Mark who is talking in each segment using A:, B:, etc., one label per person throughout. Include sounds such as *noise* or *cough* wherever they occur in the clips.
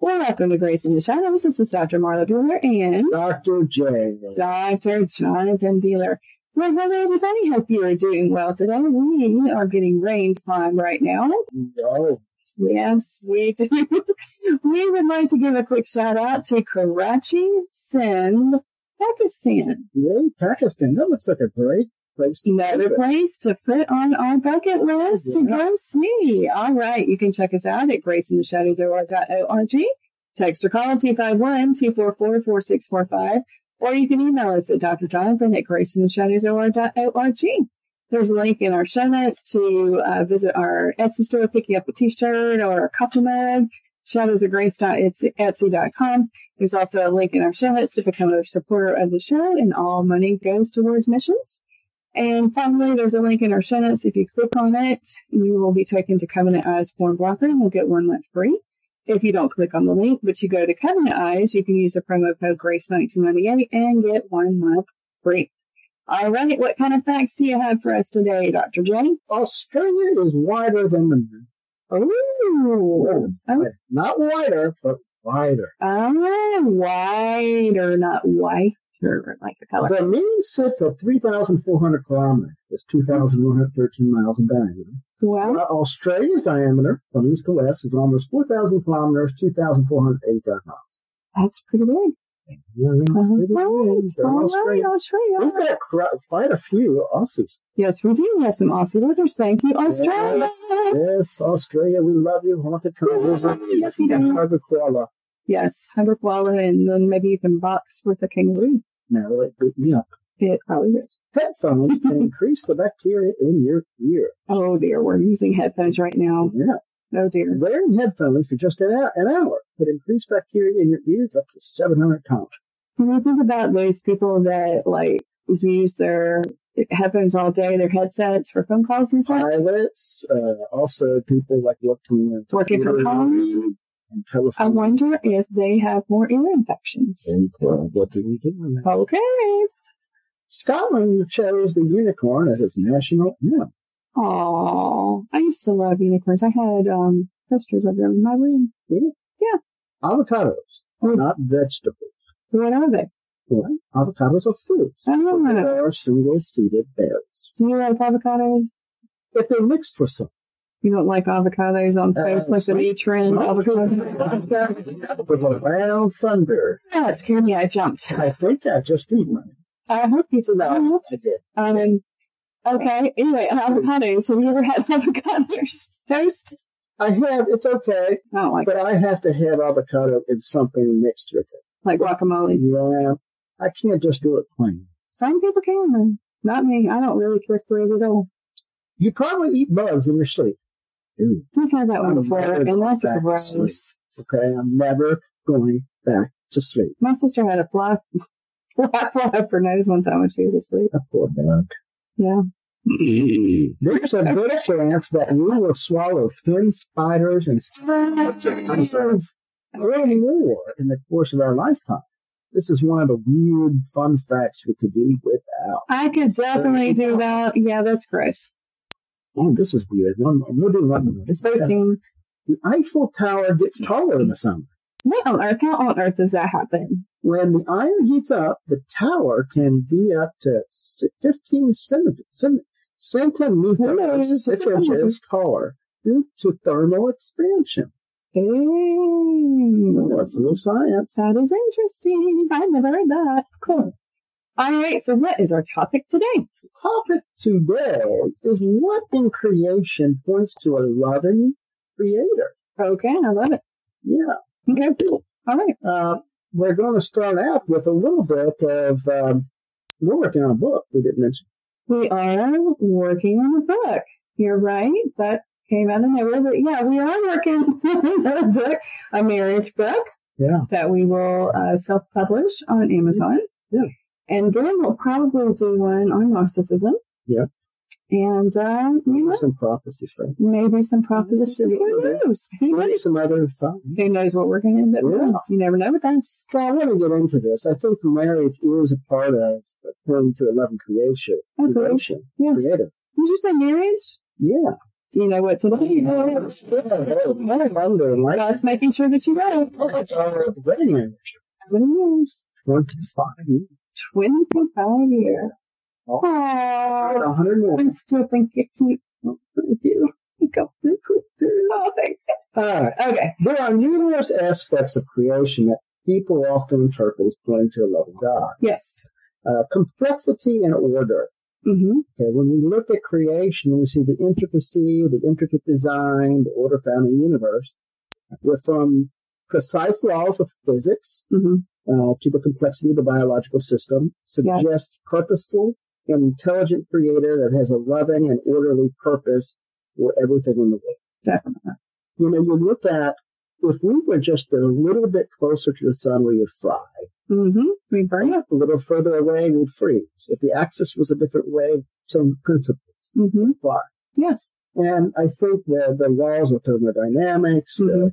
A: Welcome to Grace in the Shadows. This is Dr. Marla Bueller and
B: Dr. J.
A: Dr. Jonathan Bueller. Well, hello, everybody. Hope you are doing well today. We are getting rain time right now.
B: No.
A: Yes, we do. *laughs* we would like to give a quick shout out to Karachi, Sindh, Pakistan.
B: Really? Pakistan? That looks like a great place to
A: Another
B: visit.
A: place to put on our bucket list to
B: Yeah.
A: go see. All right, you can check us out at graceintheshadowsorg. Text or call 251 244 4645, or you can email us at drjonathan at graceintheshadowsorg. There's a link in our show notes to uh, visit our Etsy store, pick you up a t shirt or a coffee mug. Shadowsofgrace.etsy.com. There's also a link in our show notes to become a supporter of the show, and all money goes towards missions. And finally, there's a link in our show notes. If you click on it, you will be taken to Covenant Eyes Porn Blocker and you'll get one month free. If you don't click on the link, but you go to Covenant Eyes, you can use the promo code GRACE1998 and get one month free. All right, what kind of facts do you have for us today, Dr. Jenny?
B: Australia is wider than the moon.
A: Oh, oh,
B: Not wider, but wider.
A: oh, wider, not whiter, like the color.
B: The moon sits at 3,400 kilometers. It's 2,113 miles in diameter.
A: Wow,
B: While Australia's diameter, from east to west, is almost 4,000 kilometers, 2,485 miles.
A: that's pretty big.
B: Yeah, that's
A: All
B: pretty
A: right,
B: big. So
A: all right,
B: Australia-
A: Australia.
B: We've got cri- quite a few Aussies.
A: Yes, we do have some Aussie listeners. Thank you, Australia.
B: Yes, yes, Australia, we love you. Want to come visit?
A: Yes, we do.
B: And hug a koala.
A: Yes, hug a koala, and then maybe you can box with a kangaroo.
B: No, it beat me up.
A: It probably would.
B: Headphones
A: *laughs*
B: can increase the bacteria in your ear.
A: Oh dear, we're using headphones right now.
B: Yeah.
A: Oh dear.
B: Wearing headphones for just an hour, an hour could increase bacteria in your ears up to 700 times.
A: When I think about those people that like use their headphones all day, their headsets for phone calls and such.
B: Pilots, uh, also people like working with
A: Working from
B: computers
A: home?
B: and
A: I
B: telephone.
A: wonder if they have more ear infections.
B: And, uh, what do we do with that?
A: Okay.
B: Scotland chose the unicorn as its national animal.
A: Aw, I used to love unicorns. I had um posters of them in my room.
B: Avocados are not vegetables.
A: What are they?
B: Well, avocados are fruits.
A: I don't
B: They
A: know.
B: are single-seeded berries.
A: Do you like avocados?
B: If they're mixed with something,
A: You don't like avocados on
B: Uh,
A: toast, like the
B: sweet-
A: new trend
B: *laughs*
A: avocado.
B: with a loud thunder,
A: Oh, it scared me. I jumped.
B: I think I just beat one.
A: I hope you did that.
B: I did.
A: *laughs* Um, okay. Anyway, avocados. Have you ever had *laughs* avocados toast?
B: I have. It's okay,
A: I don't like
B: but I have to have avocado in something mixed with it.
A: like guacamole.
B: Yeah, I can't just do it plain.
A: Some people can, though. not me. I don't really care for it at all.
B: You probably eat bugs in your sleep. Ooh,
A: We've had that one
B: I'm
A: before,
B: never
A: and that's
B: Oh, back to
A: gross.
B: sleep. Okay, I'm never going back to sleep.
A: My sister had a fly, *laughs* fly, fly up her nose one time when she was
B: *laughs*
A: asleep.
B: A poor bug.
A: Yeah.
B: *clears throat* There's a
A: *laughs*
B: good chance that we will swallow ten spiders and concerns early more in the course of our lifetime. This is one of the weird fun facts we could do without.
A: I could definitely do that. Yeah, that's gross.
B: Oh, this is weird. One, we'll do one more. This is-
A: Thirteen.
B: the Eiffel Tower gets taller in the summer.
A: What on earth? How on earth does that happen?
B: When the iron heats up, the tower can be up to s- 15 centimeters, cent- centimeters, six inches taller due to thermal expansion.
A: Ooh.
B: Well, that's a little science.
A: That is interesting. I've never heard that. Cool. All right. So, what is our topic today?
B: topic today is what in creation points to a loving creator.
A: Okay. I love it.
B: Yeah.
A: Okay. All right.
B: Uh, we're going to start out with a little bit of, um, we're working on a book we didn't mention.
A: We are working on a book. You're right. That came out of nowhere. But yeah, we are working *laughs* on a book, a marriage book
B: Yeah.
A: that we will uh, self publish on Amazon.
B: Yeah.
A: And then we'll probably do one on narcissism.
B: Yeah.
A: And uh, you know,
B: Some prophecies, right?
A: maybe some prophecy.
B: Maybe some-
A: Who knows? Who
B: Maybe
A: knows?
B: some other thought.
A: Who knows what we're going to end up doing?
B: Yeah.
A: You never know with us.
B: Well, I want to get into this. I think marriage is a part of, according to 11 creation,
A: Okay.
B: creation,
A: Yes. Did
B: creative.
A: you say marriage?
B: Yeah.
A: So you know what today is.
B: Thunder, like,
A: God's making sure that you read
B: oh,
A: it.
B: that's our wedding anniversary.
A: How many years?
B: 25 years.
A: 25 years.
B: Oh,
A: Wow.
B: 101.
A: I still think you keep. I do. I go. Oh, thank
B: All right.
A: you. Okay.
B: Uh, There are numerous aspects of creation that people often interpret as pointing to a love of God.
A: Yes.
B: Uh, complexity and order.
A: Mm-hmm.
B: Okay, when we look at creation, we see the intricacy, the intricate design, the order found in the universe. We're from precise laws of physics
A: Mm-hmm.
B: uh, to the complexity of the biological system, suggests purposeful and intelligent creator that has a loving and orderly purpose for everything in the world.
A: Definitely.
B: You know, you look at if we were just a little bit closer to the sun, we would fry.
A: Mm-hmm. We burn it.
B: A little further away, we'd freeze. If the axis was a different way, same principles
A: Mm-hmm.
B: apply.
A: Yes.
B: And I think the, the laws of thermodynamics, the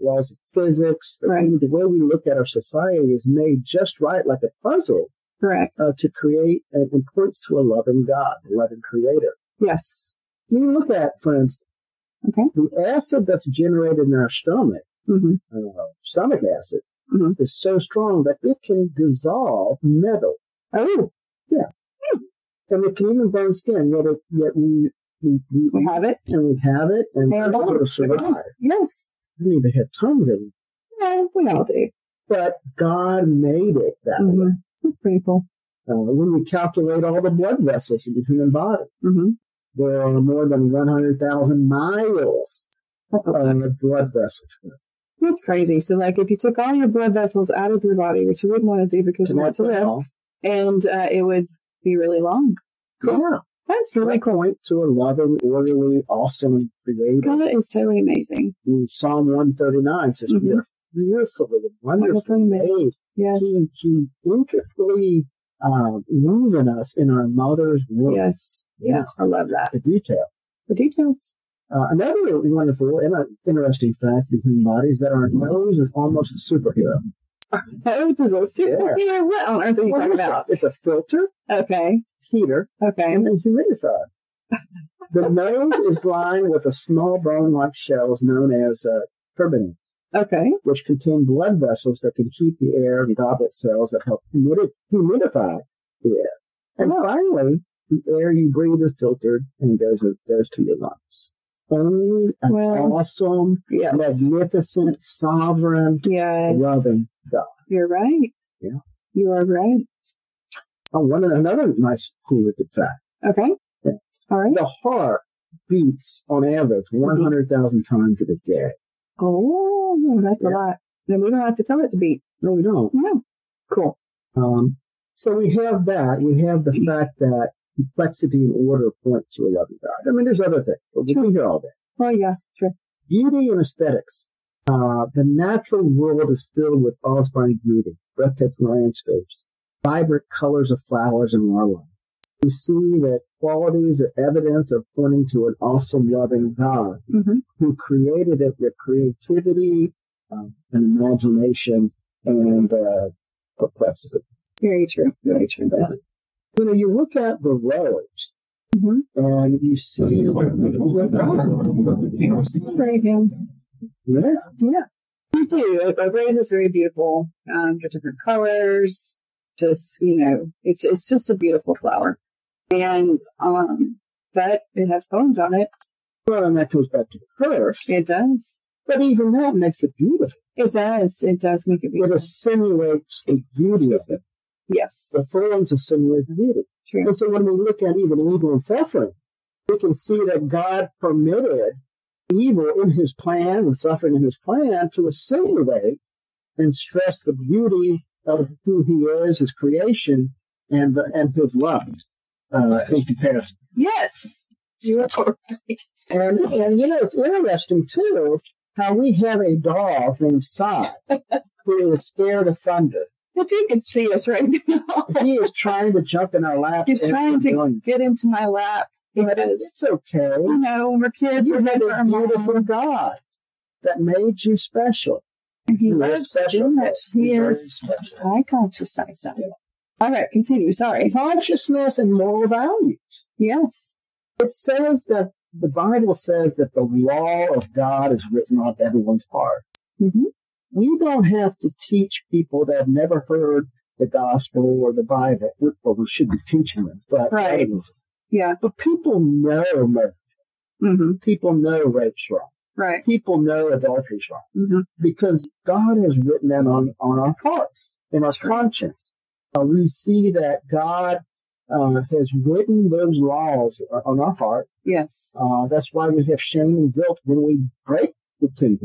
B: laws of physics, the,
A: Mm-hmm. Right.
B: the way we look at our society is made just right, like a puzzle,
A: Correct.
B: uh, to create and it points to a loving God, a loving creator.
A: Yes.
B: I mean, look at, for instance,
A: Okay.
B: the acid that's generated in our stomach,
A: Mm-hmm.
B: uh, stomach acid,
A: Mhm.
B: is so strong that it can dissolve metal
A: Oh,
B: and it can even burn skin, yet, it, yet we, we, we,
A: we have it.
B: and we have it and
A: They are
B: we're able to
A: bones.
B: survive.
A: Yes.
B: I mean, they have tons of them,
A: Yeah, we all do.
B: but God made it that
A: Mm-hmm.
B: way.
A: That's pretty cool.
B: Uh, when we calculate all the blood vessels in the human body,
A: Mm-hmm.
B: there are more than 100,000 miles
A: That's a,
B: of blood vessels.
A: that's crazy. So, like, if you took all your blood vessels out of your body, which you wouldn't want to do because you
B: And
A: want
B: that's
A: to live,
B: all.
A: and uh, it would be really long. Cool.
B: Yeah.
A: That's really
B: Really
A: cool.
B: point to a loving, orderly, awesome creator.
A: That is totally amazing.
B: In Psalm 139 says, We
A: Mhm.
B: are fearfully and wonderfully
A: Wonderfully made."
B: made.
A: Yes.
B: He, he intricately uh, woven us in our mother's womb.
A: Yes.
B: Yeah.
A: Yeah. I love that.
B: The detail.
A: The details.
B: Uh, another wonderful and uh, interesting fact of the human body is that our nose is almost a superhero.
A: Oats is a super here. What on earth are you
B: What
A: talking
B: is
A: about?
B: that? It's a filter,
A: Okay.
B: heater,
A: Okay.
B: and then humidifier.
A: *laughs*
B: The nose is lined with a small bone-like shells known as uh, turbinates,
A: Okay.
B: which contain blood vessels that can heat the air and goblet cells that help humidi- humidify the air. And
A: Oh.
B: finally, the air you breathe is filtered and goes, goes to your lungs. Only an
A: Well.
B: awesome,
A: Yeah.
B: magnificent, sovereign,
A: Yeah.
B: loving God.
A: You're right.
B: Yeah.
A: You are right.
B: Oh, one another nice cool good fact.
A: Okay.
B: Yeah.
A: All right.
B: The heart beats on average 100,000 times in a day.
A: Oh, that's a
B: Yeah.
A: lot. Then we don't have to tell it to beat.
B: No, we don't.
A: No. Cool.
B: Um, so we have that. We have the fact that complexity and order point to a loving God. I mean, there's other things, but we
A: Sure.
B: can hear all that.
A: Oh, yeah. Sure.
B: Beauty and aesthetics. Uh, the natural world is filled with awe-inspiring beauty, breathtaking landscapes, vibrant colors of flowers and wildlife. We see that qualities and evidence are pointing to an awesome, loving God
A: Mm-hmm.
B: who created it with creativity uh, and imagination and uh, perplexity.
A: Very true. Very true.
B: You know, you look at the roads
A: Mm-hmm.
B: and you see.
A: Very good.
B: Yeah,
A: Yeah, me too. It, it rose is very beautiful. Um, the different colors, just you know, it's it's just a beautiful flower, and um, but it has thorns on it.
B: well, and that goes back to the curse.
A: It does.
B: But even that makes it beautiful.
A: It does. It does make it
B: It
A: beautiful.
B: insinuates the beauty of it.
A: Yes,
B: The thorns insinuate the beauty.
A: true.
B: And so when we look at even evil and suffering, we can see that God permitted evil in his plan and suffering in his plan to assimilate and stress the beauty of who he is, his creation, and, the, and his love uh, in comparison.
A: Yes, You are right.
B: And, and you know, it's interesting too how we have a dog named Si who is scared of thunder.
A: If you could see us right now, *laughs*
B: He is trying to jump in our laps.
A: he's
B: and
A: trying
B: we're
A: to
B: doing-
A: get into my lap.
B: but
A: Because,
B: it's okay.
A: you know, when we're kids,
B: You
A: we're
B: have
A: kids
B: a
A: are mom.
B: beautiful God that made you special.
A: And He
B: is
A: loves to
B: special.
A: do
B: for
A: it.
B: us.
A: He
B: very
A: is.
B: special.
A: I consciousness. So. All right, continue. Sorry.
B: Consciousness and moral values.
A: Yes.
B: It says that the Bible says that the law of God is written on everyone's heart.
A: hmm
B: We don't have to teach people that have never heard the gospel or the Bible, or we should be teaching them. But,
A: Right. Yeah.
B: but people know murder.
A: hmm
B: People know rape's wrong.
A: Right.
B: People know adultery's wrong.
A: hmm
B: because God has written that on, on our hearts, in our conscience. Uh, we see that God uh, has written those laws o- on our heart.
A: Yes.
B: Uh, that's why we have shame and guilt when we break the two.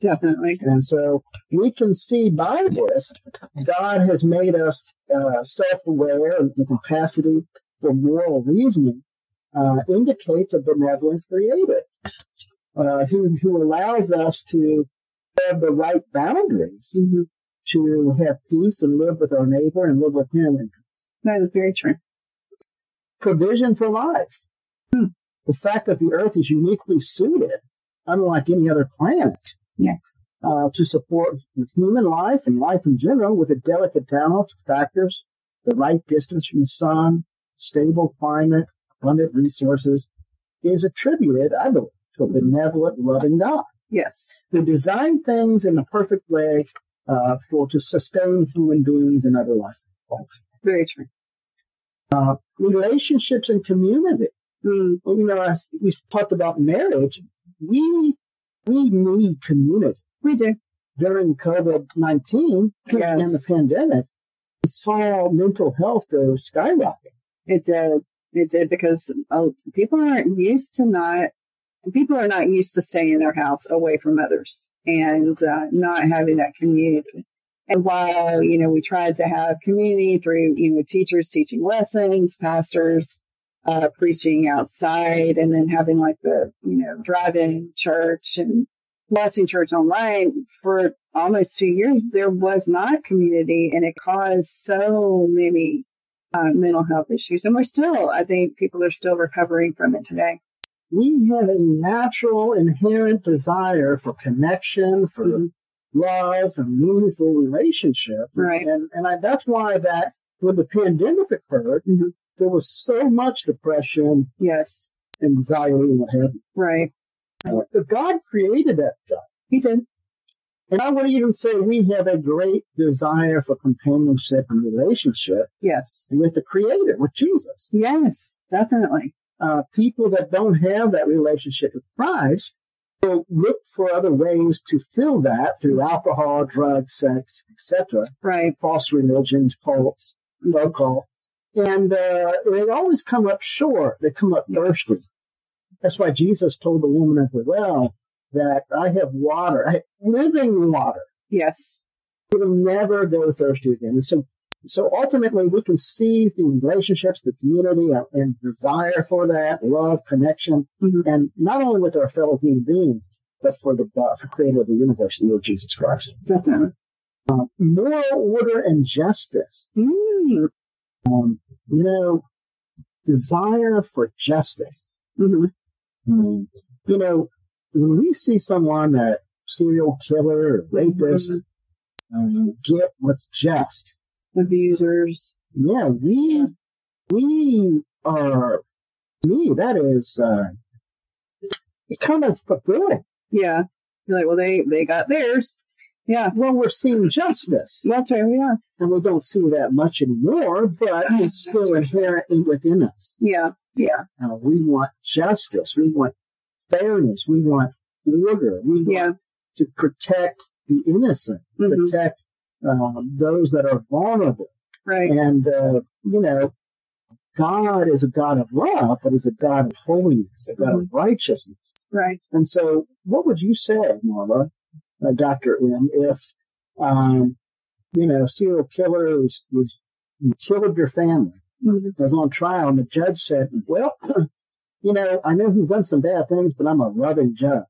A: Definitely.
B: And so we can see by this, God has made us uh, self-aware and the capacity for moral reasoning uh, indicates a benevolent creator uh, who, who allows us to have the right boundaries
A: hmm
B: to have peace and live with our neighbor and live with him and
A: That is very true.
B: provision for life.
A: Hmm.
B: The fact that the earth is uniquely suited, unlike any other planet,
A: Yes.
B: uh, to support human life and life in general with a delicate balance of factors, the right distance from the sun, stable climate, abundant resources, is attributed, I believe, to a benevolent, loving God
A: Yes.
B: who designed things in the perfect way uh, for to sustain human beings and other life.
A: Very true.
B: Relationships and community.
A: Mm.
B: Well, you know, I, we talked about marriage. We we need community.
A: We do.
B: During COVID nineteen
A: Yes.
B: and the pandemic, we saw mental health go skyrocketing.
A: It did. It did because uh, people aren't used to not, people are not used to staying in their house away from others and uh, not having that community. And while, you know, we tried to have community through, you know, teachers teaching lessons, pastors uh, preaching outside, and then having like the, you know, drive in church and watching church online for almost two years, there was not community and it caused so many uh, mental health issues. And we're still, I think people are still recovering from it today.
B: We have a natural, inherent desire for connection, for
A: Mhm.
B: love, and meaningful relationship.
A: Right.
B: And and I, that's why that when the pandemic occurred,
A: Mhm.
B: there was so much depression,
A: Yes.
B: anxiety, and what have you.
A: Right.
B: Uh, But God created that stuff.
A: He did.
B: And I would even say we have a great desire for companionship and relationship
A: Yes.
B: with the Creator, with Jesus.
A: Yes. Definitely.
B: Uh, people that don't have that relationship with Christ will look for other ways to fill that through alcohol, drugs, sex, etc.,
A: Right.
B: false religions, cults, low cult. And uh, they always come up short. They come up thirsty. That's why Jesus told the woman at the well that I have water, I have living water.
A: Yes.
B: we will never go thirsty again. And so, so ultimately, we can see through relationships, the community, uh, and desire for that love, connection,
A: Mhm.
B: and not only with our fellow human beings, but for the God, for creator of the universe, the Lord Jesus Christ.
A: Definitely.
B: Moral order and justice.
A: Mm.
B: Um, you know, desire for justice.
A: hmm
B: Um, you know, when we see someone that serial killer, or rapist, um, get what's just.
A: Abusers.
B: Yeah, we we are me. That is uh, it kind of fulfilling
A: Yeah. You're like, well, they they got theirs. Yeah.
B: when we're seeing justice,
A: That's right. We are.
B: and we don't see that much anymore. But it's still inherent in- within us.
A: Yeah. Yeah.
B: Uh, we want justice. We want fairness. We want order. We want
A: Yeah.
B: to protect the innocent,
A: hmm
B: protect um, those that are vulnerable.
A: Right.
B: And, uh, you know, God is a God of love, but he's a God of holiness, a God of righteousness.
A: Right.
B: And so, what would you say, Norma, uh, Dr. M, if, um, you know, serial killer was, was you killed your family,
A: hmm
B: was on trial, and the judge said, well, *clears throat* you know, I know he's done some bad things, but I'm a loving judge.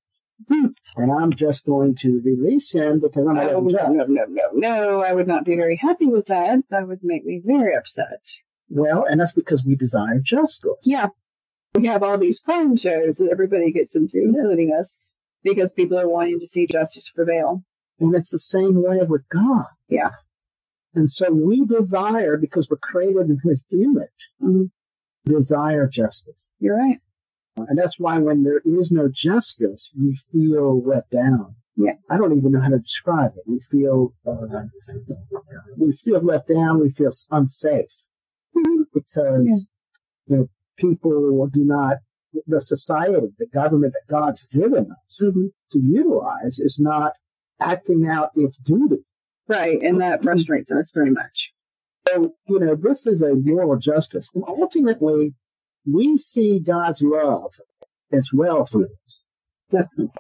B: And I'm just going to release him because I'm a
A: Oh,
B: loving
A: no,
B: judge.
A: no, no, no, no. I would not be very happy with that. That would make me very upset.
B: Well, and that's because we desire justice.
A: Yeah. We have all these crime shows that everybody gets into, including us, because people are wanting to see justice prevail.
B: And it's the same way with God.
A: Yeah.
B: And so we desire, because we're created in his image,
A: Mhm.
B: desire justice.
A: You're right.
B: And that's why when there is no justice, we feel let down.
A: Yeah.
B: I don't even know how to describe it. We feel uh, we feel let down. We feel unsafe
A: Mhm.
B: because
A: Yeah.
B: you know people do not the society, the government that God's given us
A: Mhm.
B: to utilize is not acting out its duty.
A: Right. And that frustrates us very much.
B: So you know this is a moral justice, and ultimately we see God's love as well through this.
A: Definitely.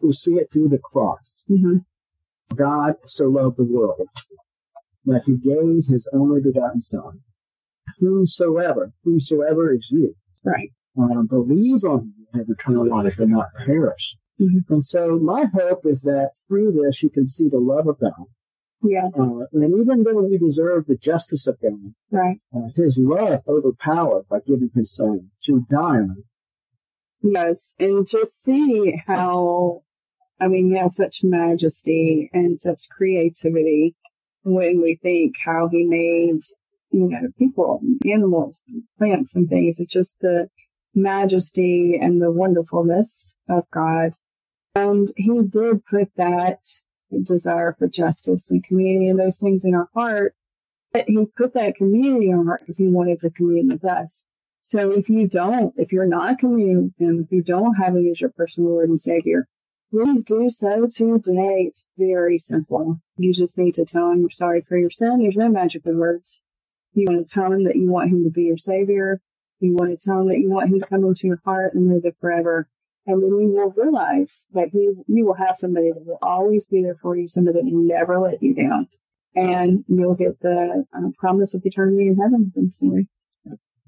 B: We see it through the cross.
A: hmm
B: God so loved the world that he gave his only begotten son. Whomsoever, whomsoever is you,
A: Right.
B: uh, believes on him have eternal life and not perish.
A: Mhm.
B: And so my hope is that through this you can see the love of God.
A: Yes.
B: Uh, and even though we deserve the justice of God,
A: Right.
B: uh, his love overpowered by giving his son to die on it.
A: Yes. And just see how, I mean, yeah, such majesty and such creativity when we think how he made, you know, people, animals, plants, and things. It's just the majesty and the wonderfulness of God. And he did put that desire for justice and community and those things in our heart. But he put that community in our heart because he wanted to commune with us. So if you don't, if you're not communing with him, if you don't have him as your personal Lord and Savior, please do so today. It's very simple. You just need to tell him you're sorry for your sin. There's no magic in words. You want to tell him that you want him to be your Savior. You want to tell him that you want him to come into your heart and live there forever. And then you will realize that you, you will have somebody that will always be there for you, somebody that will never let you down. And you'll get the uh, promise of eternity in heaven. I'm sorry.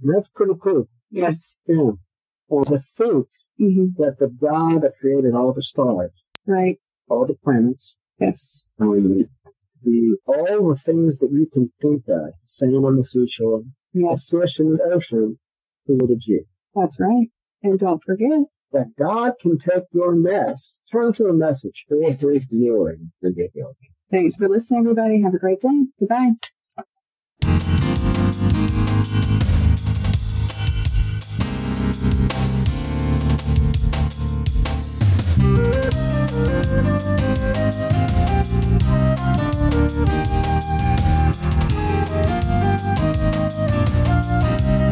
B: That's pretty cool.
A: Yes.
B: Yeah. Or the faith
A: hmm
B: that the God that created all the stars,
A: Right.
B: all the planets,
A: Yes.
B: Um, the, all the things that you can think of, sand on the seashore, the
A: Yes.
B: fish in the ocean, created you.
A: That's right. And don't forget.
B: That God can take your mess, turn to a message for his glory and get healed.
A: Thanks for listening, everybody. Have a great day. Goodbye.